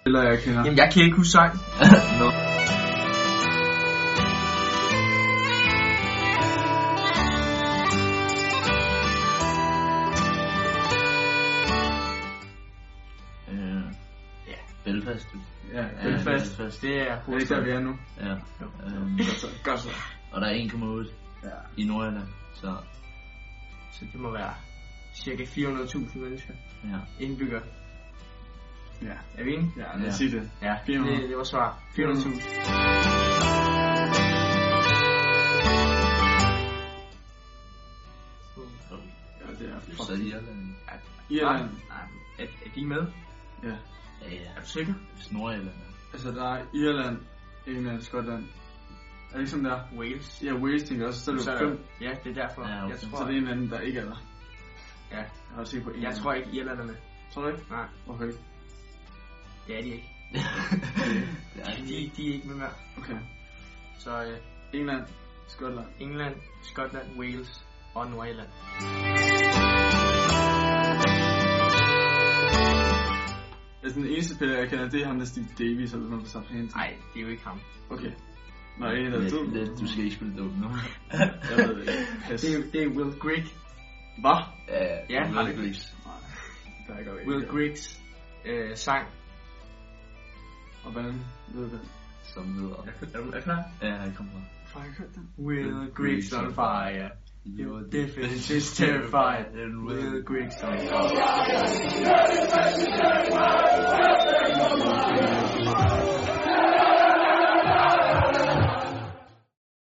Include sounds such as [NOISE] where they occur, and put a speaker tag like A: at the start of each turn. A: spiller, jeg kender.
B: Jamen, jeg kan ikke huske sang.
A: no.
C: Øh, ja, Belfast. du.
A: Ja,
C: Ja,
A: det er fast.
B: Altså,
C: Belfast, det er
A: Det er ikke der, vi
C: hovedstaden.
A: er nu.
C: Ja.
A: Jo.
C: Øhm,
A: Godt så. Godt så.
C: og der er 1,8
A: Ja.
C: i Nordjylland, så
B: Så det må være cirka 400.000 mennesker.
C: ja.
B: Indbygger.
A: Ja.
B: Er vi enige?
A: Ja, lad os
C: Ja.
A: sige det.
B: Ja,
A: 400.
B: Det, det var svar. 400.000.
A: Ja, det er
C: Så
A: fuck.
C: er Irland.
A: Irland.
B: Nej, er, er de med?
A: Ja.
C: Ja, ja.
B: Er du sikker?
C: Hvis Nordjylland er.
A: Altså, der er Irland, England, Skotland. Er det ikke sådan der?
B: Wales.
A: Ja, Wales tænker også, så er det jo fem.
B: ja, det er derfor.
C: Ja, okay.
B: jeg, tror,
A: Så det er en eller anden, der ikke er der.
B: ja,
A: Jeg har set på en.
B: jeg tror ikke, Irland er med.
A: Tror du ikke?
B: Nej,
A: Okay.
B: det er de ikke.
C: det er
B: Ja,
C: de
B: de,
C: ikke.
B: de er ikke med mere.
A: Okay.
B: Så øh,
A: England, Skotland.
B: England, Skotland, Wales og Nordirland.
A: Altså, den eneste spiller, jeg kender, det er ham, der er Steve Davis, eller sådan noget på Southampton.
B: Nej, det er jo ikke ham.
A: Okay. Nå, en eller
C: Lidt-
A: to.
C: lidt, Du skal ikke spille dum nu.
A: Jeg ved det
C: [LAUGHS]
A: ikke. [LAUGHS] Pas.
B: Det er, det er Will Grigg.
A: Hvad?
C: Ja,
B: Ja,
C: det
B: har
C: er
B: det
C: lidt Briggs.
A: Nej. Der er ikke okay.
B: Will Griggs øh, sang.
A: Og hvordan ved du det?
C: Som hedder.
B: Er du er du klar?
C: Ja, jeg kommer.
A: Fuck, jeg hørt den.
B: Will Griggs on fire. Your defense is terrified.
C: terrified and
B: Will
C: will
B: Griggs on fire.